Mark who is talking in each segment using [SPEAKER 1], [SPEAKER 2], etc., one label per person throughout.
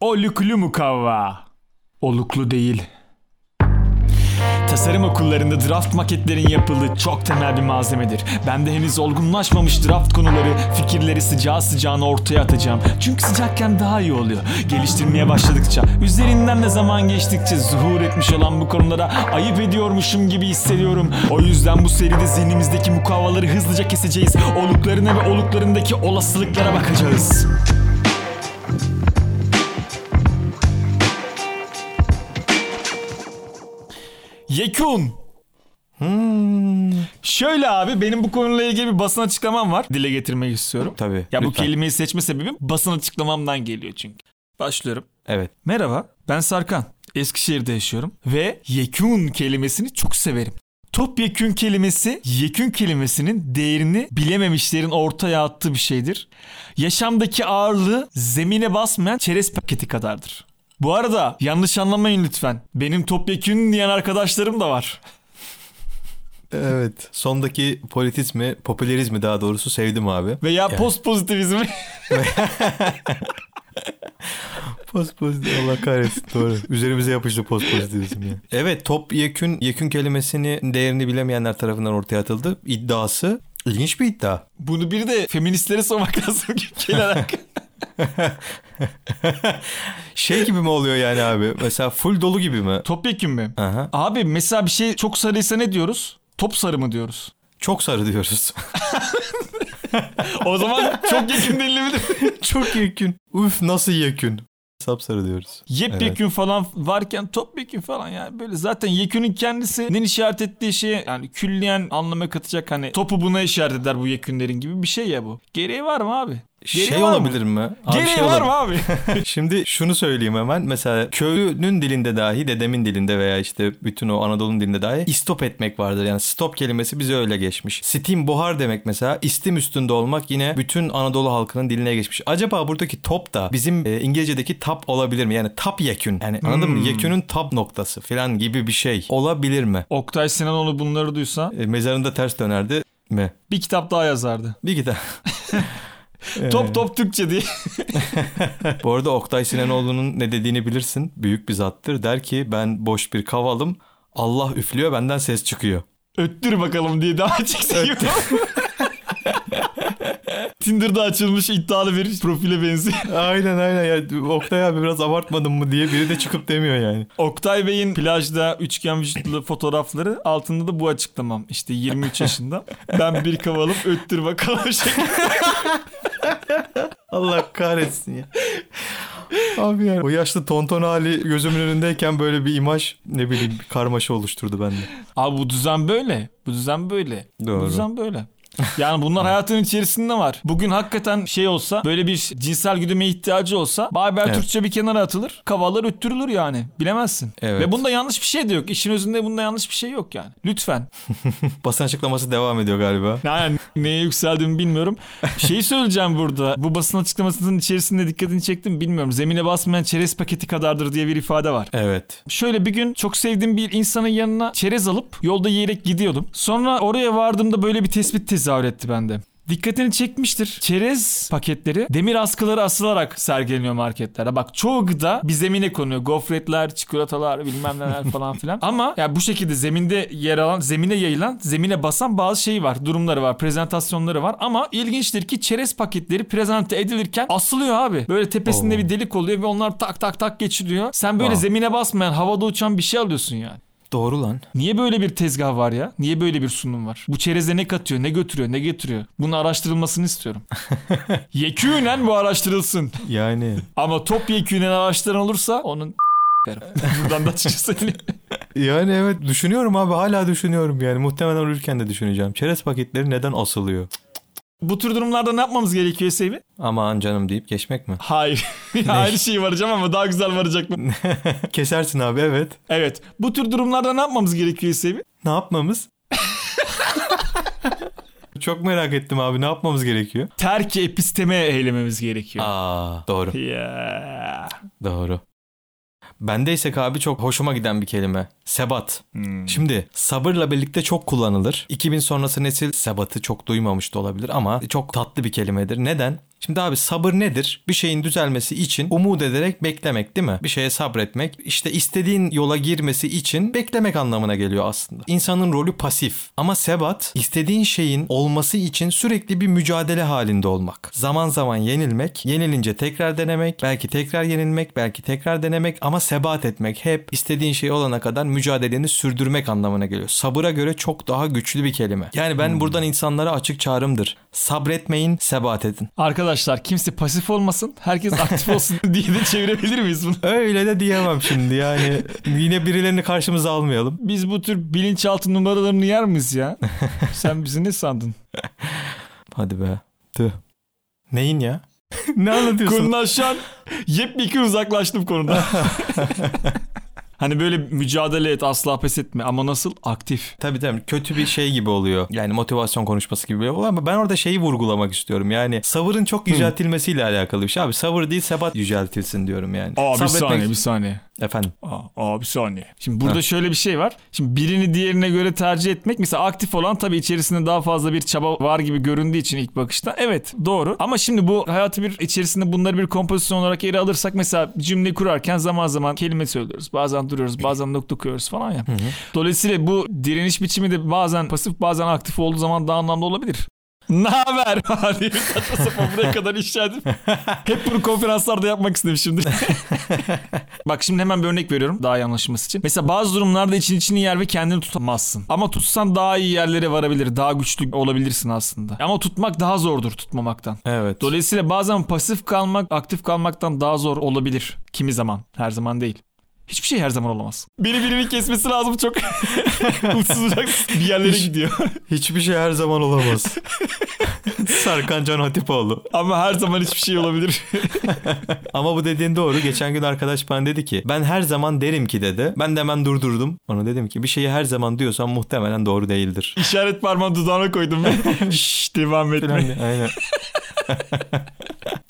[SPEAKER 1] O lüklü mukavva. Oluklu değil. Tasarım okullarında draft maketlerin yapıldığı çok temel bir malzemedir. Ben de henüz olgunlaşmamış draft konuları, fikirleri sıcağı sıcağına ortaya atacağım. Çünkü sıcakken daha iyi oluyor. Geliştirmeye başladıkça, üzerinden de zaman geçtikçe zuhur etmiş olan bu konulara ayıp ediyormuşum gibi hissediyorum. O yüzden bu seride zihnimizdeki mukavvaları hızlıca keseceğiz. Oluklarına ve oluklarındaki olasılıklara bakacağız. Yekun.
[SPEAKER 2] Hmm.
[SPEAKER 1] Şöyle abi benim bu konuyla ilgili bir basın açıklamam var. Dile getirmek istiyorum.
[SPEAKER 2] Tabii.
[SPEAKER 1] Ya bu
[SPEAKER 2] lütfen.
[SPEAKER 1] kelimeyi seçme sebebim basın açıklamamdan geliyor çünkü. Başlıyorum.
[SPEAKER 2] Evet.
[SPEAKER 1] Merhaba ben Sarkan. Eskişehir'de yaşıyorum ve yekun kelimesini çok severim. Topyekün kelimesi yekün kelimesinin değerini bilememişlerin ortaya attığı bir şeydir. Yaşamdaki ağırlığı zemine basmayan çerez paketi kadardır. Bu arada yanlış anlamayın lütfen. Benim topyekün diyen arkadaşlarım da var.
[SPEAKER 2] Evet. Sondaki politizmi, popülerizmi daha doğrusu sevdim abi.
[SPEAKER 1] Veya post pozitivizmi.
[SPEAKER 2] Post pozitif Allah kahretsin doğru. Üzerimize yapıştı post pozitivizm ya. Evet top yekün, yekün kelimesini değerini bilemeyenler tarafından ortaya atıldı. İddiası ilginç bir iddia.
[SPEAKER 1] Bunu bir de feministlere sormak lazım ki genel
[SPEAKER 2] Şey gibi mi oluyor yani abi? Mesela full dolu gibi mi?
[SPEAKER 1] Topyekün mü?
[SPEAKER 2] Aha.
[SPEAKER 1] Abi mesela bir şey çok sarıysa ne diyoruz? Top sarı mı diyoruz?
[SPEAKER 2] Çok sarı diyoruz.
[SPEAKER 1] O zaman çok yakın değil mi?
[SPEAKER 2] Çok yekün. Uf nasıl yekün? Sapsarı diyoruz.
[SPEAKER 1] Yepyekün falan varken topyekün falan yani böyle zaten yekünün kendisinin işaret ettiği şeye yani külliyen anlama katacak hani topu buna işaret eder bu yekünlerin gibi bir şey ya bu. Gereği var mı abi? Gereği
[SPEAKER 2] şey
[SPEAKER 1] var mı?
[SPEAKER 2] olabilir mi? Abi
[SPEAKER 1] Gereği
[SPEAKER 2] şey
[SPEAKER 1] var
[SPEAKER 2] olabilir.
[SPEAKER 1] mı abi?
[SPEAKER 2] Şimdi şunu söyleyeyim hemen. Mesela köylünün dilinde dahi, dedemin dilinde veya işte bütün o Anadolu'nun dilinde dahi istop etmek vardır. Yani stop kelimesi bize öyle geçmiş. Steam buhar demek mesela. istim üstünde olmak yine bütün Anadolu halkının diline geçmiş. Acaba buradaki top da bizim e, İngilizce'deki tap olabilir mi? Yani tap yekün. Yani anladın mı? Yekünün tap noktası falan gibi bir şey olabilir mi?
[SPEAKER 1] Oktay Sinanoğlu bunları duysa
[SPEAKER 2] E, mezarında ters dönerdi mi?
[SPEAKER 1] bir kitap daha yazardı.
[SPEAKER 2] Bir gider. E,
[SPEAKER 1] Top top Türkçe diye.
[SPEAKER 2] Bu arada Oktay Sinanoğlu'nun ne dediğini bilirsin. Büyük bir zattır. Der ki ben boş bir kavalım. Allah üflüyor benden ses çıkıyor.
[SPEAKER 1] Öttür bakalım diye daha çıksa gibi. Tinder'da açılmış iddialı bir profile benziyor.
[SPEAKER 2] Aynen aynen. Ya, Oktay abi biraz abartmadın mı diye biri de çıkıp demiyor yani.
[SPEAKER 1] Oktay Bey'in plajda üçgen vücutlu fotoğrafları altında da bu açıklamam. İşte 23 yaşında. Ben bir kavalım öttür bakalım şeklinde.
[SPEAKER 2] Allah kahretsin ya. Abi yani o yaşlı tonton hali gözümün önündeyken böyle bir imaj ne bileyim bir karmaşa oluşturdu bende.
[SPEAKER 1] Abi bu düzen böyle. Bu düzen böyle. Bu
[SPEAKER 2] Doğru.
[SPEAKER 1] düzen böyle. Yani bunlar hayatın içerisinde var. Bugün hakikaten şey olsa böyle bir cinsel güdüme ihtiyacı olsa Bayber
[SPEAKER 2] Evet.
[SPEAKER 1] Türkçe bir kenara atılır. Kavallar öttürülür yani. Bilemezsin.
[SPEAKER 2] Evet.
[SPEAKER 1] Ve bunda yanlış bir şey de yok. İşin özünde bunda yanlış bir şey yok yani. Lütfen.
[SPEAKER 2] Basın açıklaması devam ediyor galiba.
[SPEAKER 1] Yani neye yükseldiğimi bilmiyorum. Şeyi söyleyeceğim burada. Bu basın açıklamasının içerisinde dikkatini çektim bilmiyorum. Zemine basmayan çerez paketi kadardır diye bir ifade var.
[SPEAKER 2] Evet.
[SPEAKER 1] Şöyle bir gün çok sevdiğim bir insanın yanına çerez alıp yolda yiyerek gidiyordum. Sonra oraya vardığımda böyle bir tespit tezahür etti bende. Dikkatini çekmiştir. Çerez paketleri demir askıları asılarak sergileniyor marketlerde. Bak çoğu gıda bir zemine konuyor. Gofretler, çikolatalar bilmem neler falan filan. Ama ya bu şekilde zeminde yer alan, zemine yayılan, zemine basan bazı şey var. Durumları var, prezentasyonları var. Ama ilginçtir ki çerez paketleri prezente edilirken asılıyor abi. Böyle tepesinde
[SPEAKER 2] Oo.
[SPEAKER 1] bir delik oluyor ve onlar tak tak tak geçiliyor. Sen böyle
[SPEAKER 2] Aa.
[SPEAKER 1] zemine basmayan havada uçan bir şey alıyorsun yani.
[SPEAKER 2] Doğru lan.
[SPEAKER 1] Niye böyle bir tezgah var ya? Niye böyle bir sunum var? Bu çereze ne katıyor, ne götürüyor, ne getiriyor? Bunu araştırılmasını istiyorum. yekünen bu araştırılsın.
[SPEAKER 2] Yani.
[SPEAKER 1] Ama top yekünen araştıran olursa onun derim. Buradan da açıkçası söyleyeyim.
[SPEAKER 2] Yani evet düşünüyorum abi hala düşünüyorum yani muhtemelen ölürken de düşüneceğim. Çerez paketleri neden asılıyor? Cık,
[SPEAKER 1] Bu tür durumlarda ne yapmamız gerekiyor Sevim?
[SPEAKER 2] Aman canım deyip geçmek mi?
[SPEAKER 1] Hayır. Aynı şeyi varacağım ama daha güzel varacak mı?
[SPEAKER 2] Kesersin abi evet.
[SPEAKER 1] Evet. Bu tür durumlarda ne yapmamız gerekiyor Sevim?
[SPEAKER 2] Ne yapmamız? Çok merak ettim abi ne yapmamız gerekiyor?
[SPEAKER 1] Terk episteme eylememiz gerekiyor.
[SPEAKER 2] Aa doğru
[SPEAKER 1] Yeah.
[SPEAKER 2] doğru. Bendeysek abi çok hoşuma giden bir kelime. Sebat.
[SPEAKER 1] Hmm.
[SPEAKER 2] Şimdi sabırla birlikte çok kullanılır. 2000 sonrası nesil sebatı çok duymamış da olabilir ama çok tatlı bir kelimedir. Neden? Şimdi abi sabır nedir? Bir şeyin düzelmesi için umut ederek beklemek değil mi? Bir şeye sabretmek. işte istediğin yola girmesi için beklemek anlamına geliyor aslında. İnsanın rolü pasif. Ama sebat istediğin şeyin olması için sürekli bir mücadele halinde olmak. Zaman zaman yenilmek, yenilince tekrar denemek, belki tekrar yenilmek, belki tekrar denemek ama sebat etmek hep istediğin şey olana kadar mücadeleni sürdürmek anlamına geliyor. Sabıra göre çok daha güçlü bir kelime. Yani ben buradan insanlara açık çağrımdır. Sabretmeyin, sebat edin.
[SPEAKER 1] Arkadaşlar kimse pasif olmasın, herkes aktif olsun diye de çevirebilir miyiz bunu?
[SPEAKER 2] Öyle de diyemem şimdi yani. Yine birilerini karşımıza almayalım.
[SPEAKER 1] Biz bu tür bilinçaltı numaralarını yer miyiz ya? Sen bizi ne sandın?
[SPEAKER 2] Hadi be. Tüh. Neyin ya? ne anlatıyorsun?
[SPEAKER 1] Konudan şu an yepyekun uzaklaştım konudan. hani böyle mücadele et, asla pes etme ama nasıl? Aktif.
[SPEAKER 2] Tabii tabii kötü bir şey gibi oluyor. Yani motivasyon konuşması gibi oluyor ama ben orada şeyi vurgulamak istiyorum. Yani savırın çok yüceltilmesiyle alakalı bir şey. Abi sabır değil sebat yüceltilsin diyorum yani.
[SPEAKER 1] Aa bir
[SPEAKER 2] Sabretmek-
[SPEAKER 1] saniye, bir saniye.
[SPEAKER 2] Efendim.
[SPEAKER 1] Aa, aa bir saniye. Şimdi burada şöyle bir şey var. Şimdi birini diğerine göre tercih etmek mesela aktif olan tabii içerisinde daha fazla bir çaba var gibi göründüğü için ilk bakışta evet doğru. Ama şimdi bu hayatı bir içerisinde bunları bir kompozisyon olarak ele alırsak mesela cümle kurarken zaman zaman kelime söylüyoruz. Bazen duruyoruz, bazen nokta koyuyoruz falan ya. Dolayısıyla bu direniş biçimi de bazen pasif bazen aktif olduğu zaman daha anlamlı olabilir. Ne haber? Hani saçma sapan buraya kadar inşa edip hep bunu konferanslarda yapmak istedim şimdi. Bak şimdi hemen bir örnek veriyorum daha iyi anlaşılması için. Mesela bazı durumlarda için içini yer ve kendini tutamazsın. Ama tutsan daha iyi yerlere varabilir, daha güçlü olabilirsin aslında. Ama tutmak daha zordur tutmamaktan.
[SPEAKER 2] Evet.
[SPEAKER 1] Dolayısıyla bazen pasif kalmak, aktif kalmaktan daha zor olabilir. Kimi zaman, her zaman değil. Hiçbir şey her zaman olamaz. Biri birini kesmesi lazım çok. Uçsuz bucaksız bir yerlere gidiyor.
[SPEAKER 2] Hiçbir şey her zaman olamaz. Serkan Can Hatipoğlu.
[SPEAKER 1] Ama her zaman hiçbir şey olabilir.
[SPEAKER 2] Ama bu dediğin doğru. Geçen gün arkadaş bana dedi ki ben her zaman derim ki dedi. Ben de hemen durdurdum. Ona dedim ki bir şeyi her zaman diyorsan muhtemelen doğru değildir.
[SPEAKER 1] İşaret parmağını dudağına koydum ve şşş devam etme.
[SPEAKER 2] Aynen.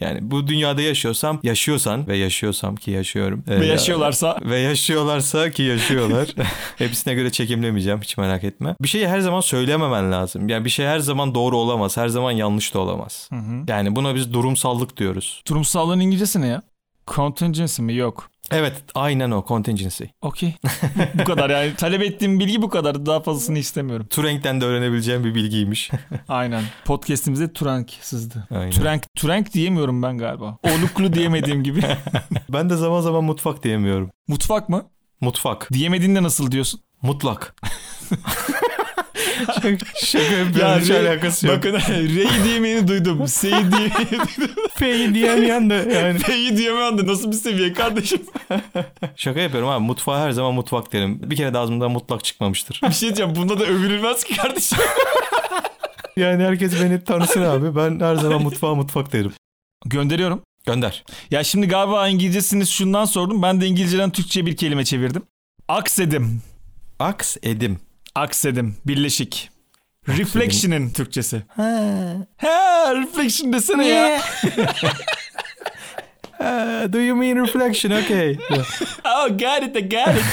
[SPEAKER 2] yani bu dünyada yaşıyorsam, yaşıyorsan ve yaşıyorsam ki yaşıyorum.
[SPEAKER 1] Ve
[SPEAKER 2] Ee,
[SPEAKER 1] yaşıyorlarsa
[SPEAKER 2] Ve yaşıyorlarsa ki yaşıyorlar. Hepsine göre çekimlemeyeceğim hiç merak etme. Bir şeyi her zaman söylememen lazım. Yani bir şey her zaman doğru olamaz. Her zaman yanlış da olamaz. Yani buna biz durumsallık diyoruz.
[SPEAKER 1] Durumsallığın İngilizcesi ne ya? Contingency mi? Yok.
[SPEAKER 2] Evet aynen o contingency.
[SPEAKER 1] Okey. bu kadar yani. Talep ettiğim bilgi bu kadar. Daha fazlasını istemiyorum.
[SPEAKER 2] Turing'den de öğrenebileceğim bir bilgiymiş.
[SPEAKER 1] Aynen. Podcast'imizde Turank sızdı.
[SPEAKER 2] Aynen.
[SPEAKER 1] Turank, Turank diyemiyorum ben galiba. Oluklu diyemediğim gibi.
[SPEAKER 2] Ben de zaman zaman mutfak diyemiyorum.
[SPEAKER 1] Mutfak mı?
[SPEAKER 2] Mutfak.
[SPEAKER 1] Diyemediğinde nasıl diyorsun?
[SPEAKER 2] Mutlak. Şaka yapıyorum.
[SPEAKER 1] Ya
[SPEAKER 2] hiç
[SPEAKER 1] re-
[SPEAKER 2] alakası yok.
[SPEAKER 1] Bakın R'yi diyemeyeni duydum. S'yi diyemeyeni duydum.
[SPEAKER 2] P'yi diyemeyen de yani.
[SPEAKER 1] P'yi diyemeyen de nasıl bir seviye kardeşim?
[SPEAKER 2] Şaka yapıyorum abi. Mutfağa her zaman mutfak derim. Bir kere de ağzımdan mutlak çıkmamıştır.
[SPEAKER 1] Bir şey diyeceğim. Bunda da övülmez ki kardeşim.
[SPEAKER 2] Yani herkes beni tanısın abi. Ben her zaman mutfağa mutfak derim.
[SPEAKER 1] Gönderiyorum.
[SPEAKER 2] Gönder.
[SPEAKER 1] Ya şimdi galiba İngilizcesini şundan sordum. Ben de İngilizceden Türkçe'ye bir kelime çevirdim. Aksedim.
[SPEAKER 2] Aks edim.
[SPEAKER 1] Aksedim. Birleşik. Reflection'in Türkçesi. He, reflection desene ya.
[SPEAKER 2] do you mean reflection? Okay.
[SPEAKER 1] Oh, got it, I got it.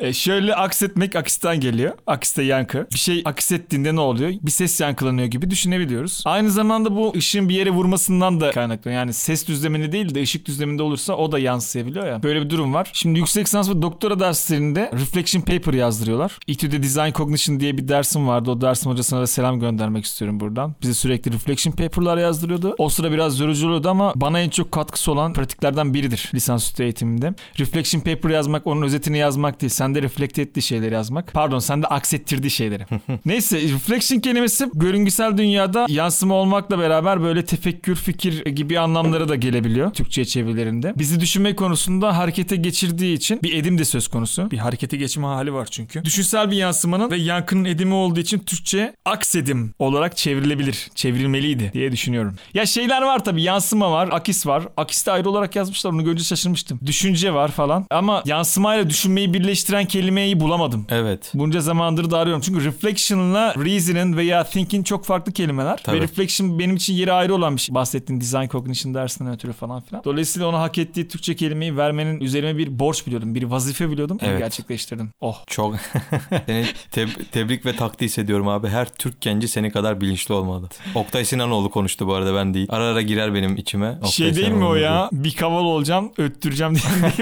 [SPEAKER 1] E şöyle aksetmek akisten geliyor. Akiste yankı. Bir şey aksettiğinde ne oluyor? Bir ses yankılanıyor gibi düşünebiliyoruz. Aynı zamanda bu ışığın bir yere vurmasından da kaynaklanıyor. Yani ses düzlemini değil de ışık düzleminde olursa o da yansıyabiliyor ya. Böyle bir durum var. Şimdi yüksek lisans ve doktora derslerinde reflection paper yazdırıyorlar. İTÜ'de Design Cognition diye bir dersim vardı. O dersim hocasına da selam göndermek istiyorum buradan. Bize sürekli reflection paper'lar yazdırıyordu. O sıra biraz yorucu oluyordu ama bana en çok katkısı olan pratiklerden biridir lisansüstü eğitimimde. Reflection paper yazmak onun özetini yazmak değil. Sende reflekte ettiği şeyleri yazmak. Pardon sende aksettirdiği şeyleri. Neyse reflection kelimesi görüngüsel dünyada yansıma olmakla beraber böyle tefekkür, fikir gibi anlamlara da gelebiliyor Türkçe çevirilerinde. Bizi düşünme konusunda harekete geçirdiği için bir edim de söz konusu. Bir harekete geçme hali var çünkü. Düşünsel bir yansımanın ve yankının edimi olduğu için Türkçe aksedim olarak çevrilebilir. Çevrilmeliydi diye düşünüyorum. Ya şeyler var tabii yansıma var, akis var. Akis de ayrı olarak yazmışlar onu görünce şaşırmıştım. Düşünce var falan ama yansımayla düşünmeyi birleştiren getiren kelimeyi bulamadım.
[SPEAKER 2] Evet.
[SPEAKER 1] Bunca zamandır da arıyorum. Çünkü reflection'la reason'ın veya think'in çok farklı kelimeler.
[SPEAKER 2] Tabii.
[SPEAKER 1] Ve reflection benim için yeri ayrı olan bir şey. Bahsettiğim design cognition dersinden ötürü falan filan. Dolayısıyla ona hak ettiği Türkçe kelimeyi vermenin üzerime bir borç biliyordum. Bir vazife biliyordum.
[SPEAKER 2] Evet.
[SPEAKER 1] Gerçekleştirdim. Oh.
[SPEAKER 2] Çok seni teb- tebrik ve takdir hissediyorum abi. Her Türk genci seni kadar bilinçli olmalı. Oktay Sinanoğlu konuştu bu arada ben değil. Ara ara girer benim içime. Oktay
[SPEAKER 1] şey değil mi o
[SPEAKER 2] Sinanoğlu diyor.
[SPEAKER 1] ya? Bir kaval olacağım, öttüreceğim diye. değil mi?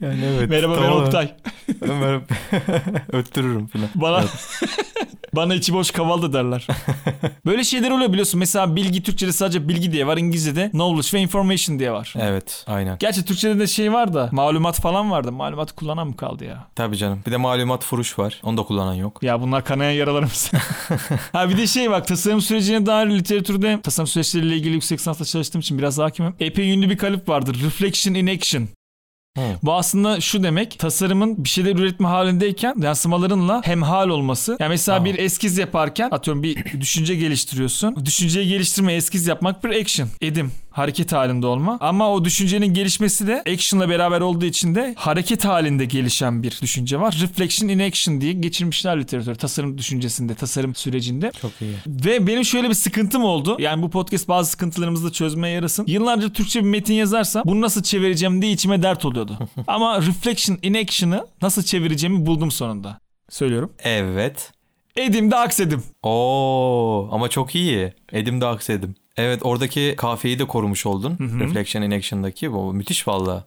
[SPEAKER 2] Yani evet,
[SPEAKER 1] Merhaba ben
[SPEAKER 2] tamam.
[SPEAKER 1] Oktay.
[SPEAKER 2] Merhaba. Öttürürüm falan.
[SPEAKER 1] Bana bana içi boş kaval da derler. Böyle şeyler oluyor biliyorsun. Mesela bilgi Türkçede sadece bilgi diye var. İngilizce'de knowledge ve information diye var.
[SPEAKER 2] Evet aynen.
[SPEAKER 1] Gerçi Türkçede de şey var da malumat falan vardı. Malumat kullanan mı kaldı ya?
[SPEAKER 2] Tabii canım. Bir de malumat furuş var. Onu da kullanan yok.
[SPEAKER 1] Ya bunlar kanayan yaralarımız. ha bir de şey bak tasarım sürecine dair literatürde tasarım süreçleriyle ilgili yüksek lisansla çalıştığım için biraz hakimim. Epey ünlü bir kalıp vardır. Reflection in action.
[SPEAKER 2] Hı.
[SPEAKER 1] Bu aslında şu demek tasarımın bir şeyler üretme halindeyken yansımalarınla hemhal olması. Yani mesela
[SPEAKER 2] Tamam.
[SPEAKER 1] bir eskiz yaparken atıyorum bir düşünce geliştiriyorsun. Düşünceyi geliştirme eskiz yapmak bir action. Edim hareket halinde olma. Ama o düşüncenin gelişmesi de action'la beraber olduğu için de hareket halinde gelişen bir düşünce var. Reflection in action diye geçirmişler literatürü tasarım düşüncesinde, tasarım sürecinde.
[SPEAKER 2] Çok iyi.
[SPEAKER 1] Ve benim şöyle bir sıkıntım oldu. Yani bu podcast bazı sıkıntılarımızı da çözmeye yarasın. Yıllarca Türkçe bir metin yazarsam bunu nasıl çevireceğim diye içime dert oluyordu. Ama Reflection in Action'ı nasıl çevireceğimi buldum sonunda. Söylüyorum.
[SPEAKER 2] Evet.
[SPEAKER 1] Edim de aksedim.
[SPEAKER 2] Oo ama çok iyi. Edim de aksedim. Evet oradaki kafeyi de korumuş oldun.
[SPEAKER 1] hı.
[SPEAKER 2] Reflection in Action'daki bu müthiş valla.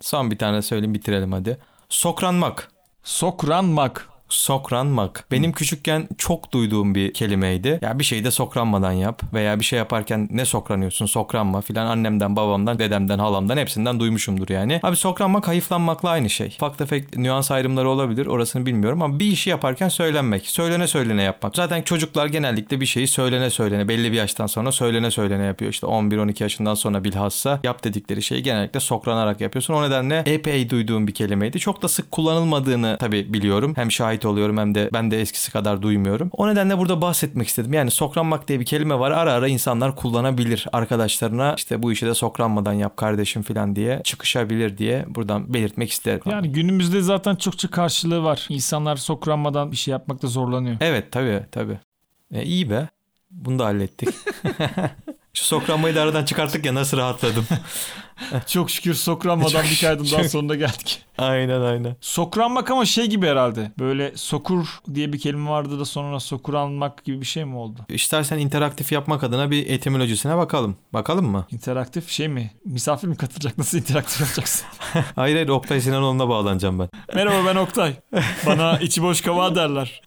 [SPEAKER 2] Son bir tane söyleyeyim bitirelim hadi. Sokranmak.
[SPEAKER 1] Sokranmak.
[SPEAKER 2] Sokranmak. Benim küçükken çok duyduğum bir kelimeydi. Ya bir şeyi de sokranmadan yap veya bir şey yaparken ne sokranıyorsun sokranma filan annemden babamdan dedemden halamdan hepsinden duymuşumdur yani. Abi sokranmak hayıflanmakla aynı şey. Ufak tefek nüans ayrımları olabilir orasını bilmiyorum ama bir işi yaparken söylenmek. Söylene söylene yapmak. Zaten çocuklar genellikle bir şeyi söylene söylene belli bir yaştan sonra söylene söylene yapıyor. İşte 11-12 yaşından sonra bilhassa yap dedikleri şeyi genellikle sokranarak yapıyorsun. O nedenle epey duyduğum bir kelimeydi. Çok da sık kullanılmadığını tabii biliyorum. Hem şahit oluyorum hem de ben de eskisi kadar duymuyorum. O nedenle burada bahsetmek istedim. Yani sokranmak diye bir kelime var. Ara ara insanlar kullanabilir. Arkadaşlarına işte bu işi de sokranmadan yap kardeşim falan diye çıkışabilir diye buradan belirtmek isterim.
[SPEAKER 1] Yani günümüzde zaten çokça karşılığı var. İnsanlar sokranmadan bir şey yapmakta zorlanıyor.
[SPEAKER 2] Evet tabii tabii. E, iyi be. Bunu da hallettik. Şu sokranmayı da aradan çıkarttık ya nasıl rahatladım.
[SPEAKER 1] Çok şükür sokranmadan bir kaydın daha
[SPEAKER 2] Çok-
[SPEAKER 1] sonuna geldik.
[SPEAKER 2] aynen aynen.
[SPEAKER 1] Sokranmak ama şey gibi herhalde. Böyle sokur diye bir kelime vardı da sonra sokuranmak gibi bir şey mi oldu?
[SPEAKER 2] İstersen interaktif yapmak adına bir etimolojisine bakalım. Bakalım mı?
[SPEAKER 1] İnteraktif şey mi? Misafir mi katılacak? Nasıl interaktif yapacaksın?
[SPEAKER 2] Hayır hayır Oktay Sinanoğlu'na bağlanacağım ben.
[SPEAKER 1] Merhaba ben Oktay. Bana içi boş kava derler.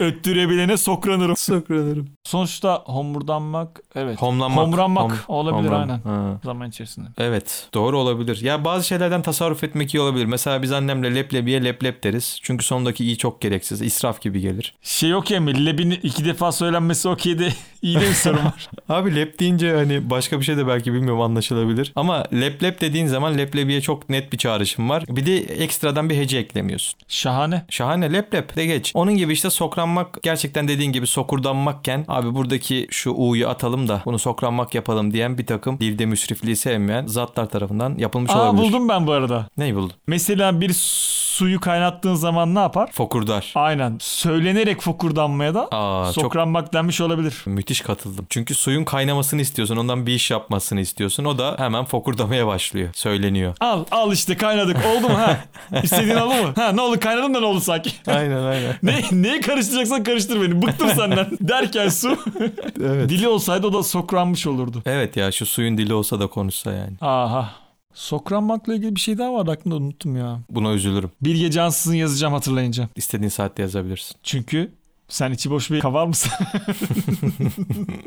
[SPEAKER 1] Öttürebilene sokranırım.
[SPEAKER 2] Sokranırım.
[SPEAKER 1] Sonuçta homurdanmak evet.
[SPEAKER 2] Homlanmak.
[SPEAKER 1] Homranmak
[SPEAKER 2] Hom-
[SPEAKER 1] olabilir
[SPEAKER 2] homran.
[SPEAKER 1] aynen.
[SPEAKER 2] Ha.
[SPEAKER 1] Zaman içerisinde.
[SPEAKER 2] Evet doğru olabilir. Ya bazı şeylerden tasarruf etmek iyi olabilir. Mesela biz annemle leblebiye leblep deriz. Çünkü sondaki iyi çok gereksiz. israf gibi gelir.
[SPEAKER 1] Şey yok ya mi? Lebin iki defa söylenmesi okey de iyi de bir sorun var.
[SPEAKER 2] Abi lep deyince hani başka bir şey de belki bilmiyorum anlaşılabilir. Ama leblep dediğin zaman leblebiye çok net bir çağrışım var. Bir de ekstradan bir hece eklemiyorsun.
[SPEAKER 1] Şahane.
[SPEAKER 2] Şahane lep lep de geç. Onun gibi işte sokranmak gerçekten dediğin gibi sokurdanmakken abi buradaki şu U'yu atalım da bunu sokranmak yapalım diyen bir takım dilde müsrifliği sevmeyen zatlar tarafından yapılmış
[SPEAKER 1] Aa
[SPEAKER 2] olabilir.
[SPEAKER 1] buldum ben bu arada.
[SPEAKER 2] Neyi buldun?
[SPEAKER 1] Mesela bir suyu kaynattığın zaman ne yapar?
[SPEAKER 2] Fokurdar.
[SPEAKER 1] Aynen. Söylenerek fokurdanmaya da
[SPEAKER 2] Aa çok
[SPEAKER 1] sokranmak denmiş olabilir.
[SPEAKER 2] müthiş katıldım. Çünkü suyun kaynamasını istiyorsun. Ondan bir iş yapmasını istiyorsun. O da hemen fokurdamaya başlıyor. Söyleniyor.
[SPEAKER 1] Al al işte kaynadık. Oldu mu ha? İstediğin oldu mu? Ha ne oldu kaynadın da ne oldu sanki?
[SPEAKER 2] Aynen aynen.
[SPEAKER 1] Ne, neye karıştıracaksan karıştır beni. Bıktım senden. Derken su.
[SPEAKER 2] Evet.
[SPEAKER 1] Dili olsaydı o da sokranmış olurdu.
[SPEAKER 2] Evet ya şu suyun dili olsa da konuşsa yani.
[SPEAKER 1] Aha. Sokranmakla ilgili bir şey daha vardı aklımda unuttum ya.
[SPEAKER 2] Buna üzülürüm.
[SPEAKER 1] Bilge Cansız'ın yazacağım hatırlayınca.
[SPEAKER 2] İstediğin saatte yazabilirsin.
[SPEAKER 1] Çünkü sen içi boş bir kaval mısın?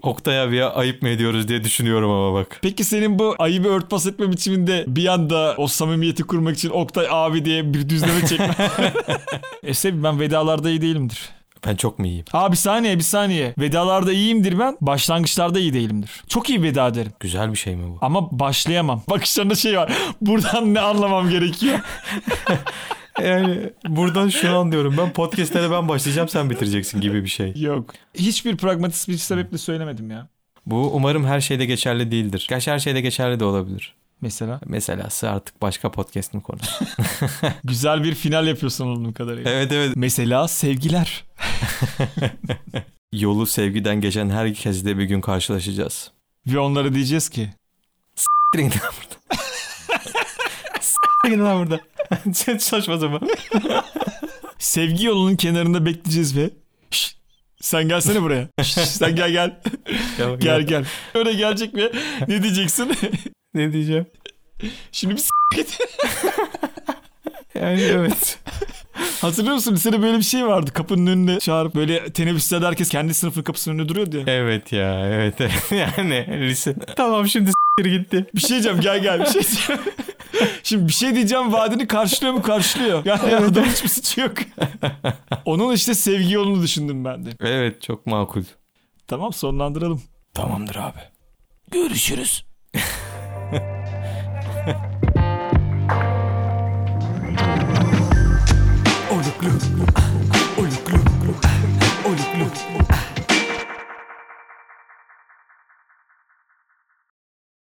[SPEAKER 2] Oktay abiye ayıp mı ediyoruz diye düşünüyorum ama bak.
[SPEAKER 1] Peki senin bu ayıbı örtbas etme biçiminde bir anda o samimiyeti kurmak için Oktay abi diye bir düzleme çekme. e Sebi, ben vedalarda iyi değilimdir.
[SPEAKER 2] Ben çok mu iyiyim?
[SPEAKER 1] Aa bir saniye bir saniye. Vedalarda iyiyimdir ben. Başlangıçlarda iyi değilimdir. Çok iyi veda ederim.
[SPEAKER 2] Güzel bir şey mi bu?
[SPEAKER 1] Ama başlayamam. Bakışlarında şey var. Buradan ne anlamam gerekiyor?
[SPEAKER 2] Yani buradan şunu anlıyorum. Ben podcastlere ben başlayacağım sen bitireceksin gibi bir şey.
[SPEAKER 1] Yok. Hiçbir pragmatist bir sebeple söylemedim ya.
[SPEAKER 2] Bu umarım her şeyde geçerli değildir. Gerçi her şeyde geçerli de olabilir.
[SPEAKER 1] mesela.
[SPEAKER 2] Meselası artık başka podcast'in konusu.
[SPEAKER 1] Güzel bir final yapıyorsun onun kadarıyla.
[SPEAKER 2] evet evet.
[SPEAKER 1] Mesela sevgiler.
[SPEAKER 2] Yolu sevgiden geçen herkesle bir gün karşılaşacağız.
[SPEAKER 1] Ve onlara diyeceğiz ki
[SPEAKER 2] Siktirin gidin lan burada. Siktirin gidin lan burada. Sen saçma zaman.
[SPEAKER 1] sevgi yolunun kenarında bekleyeceğiz ve "Şşt, sen gelsene buraya. Şşt, sen gel gel. Gel gel. Öyle gelecek ve ne diyeceksin?
[SPEAKER 2] Ne diyeceğim?
[SPEAKER 1] Şimdi bir s- git.
[SPEAKER 2] Yani evet.
[SPEAKER 1] Hatırlıyor musun? Lisede böyle bir şey vardı. Kapının önünde çağırıp böyle teneffüslerde herkes kendi sınıfının kapısının önünde duruyordu ya.
[SPEAKER 2] evet ya evet. yani lise. Tamam şimdi s**tir gitti.
[SPEAKER 1] Bir şey diyeceğim gel gel bir şey diyeceğim. Şimdi bir şey diyeceğim vaadini karşılıyor mu karşılıyor. Yani adam hiçbir suçu yok. Onun işte sevgi yolunu düşündüm ben de.
[SPEAKER 2] Evet çok makul.
[SPEAKER 1] Tamam sonlandıralım.
[SPEAKER 2] Tamamdır abi.
[SPEAKER 1] Görüşürüz.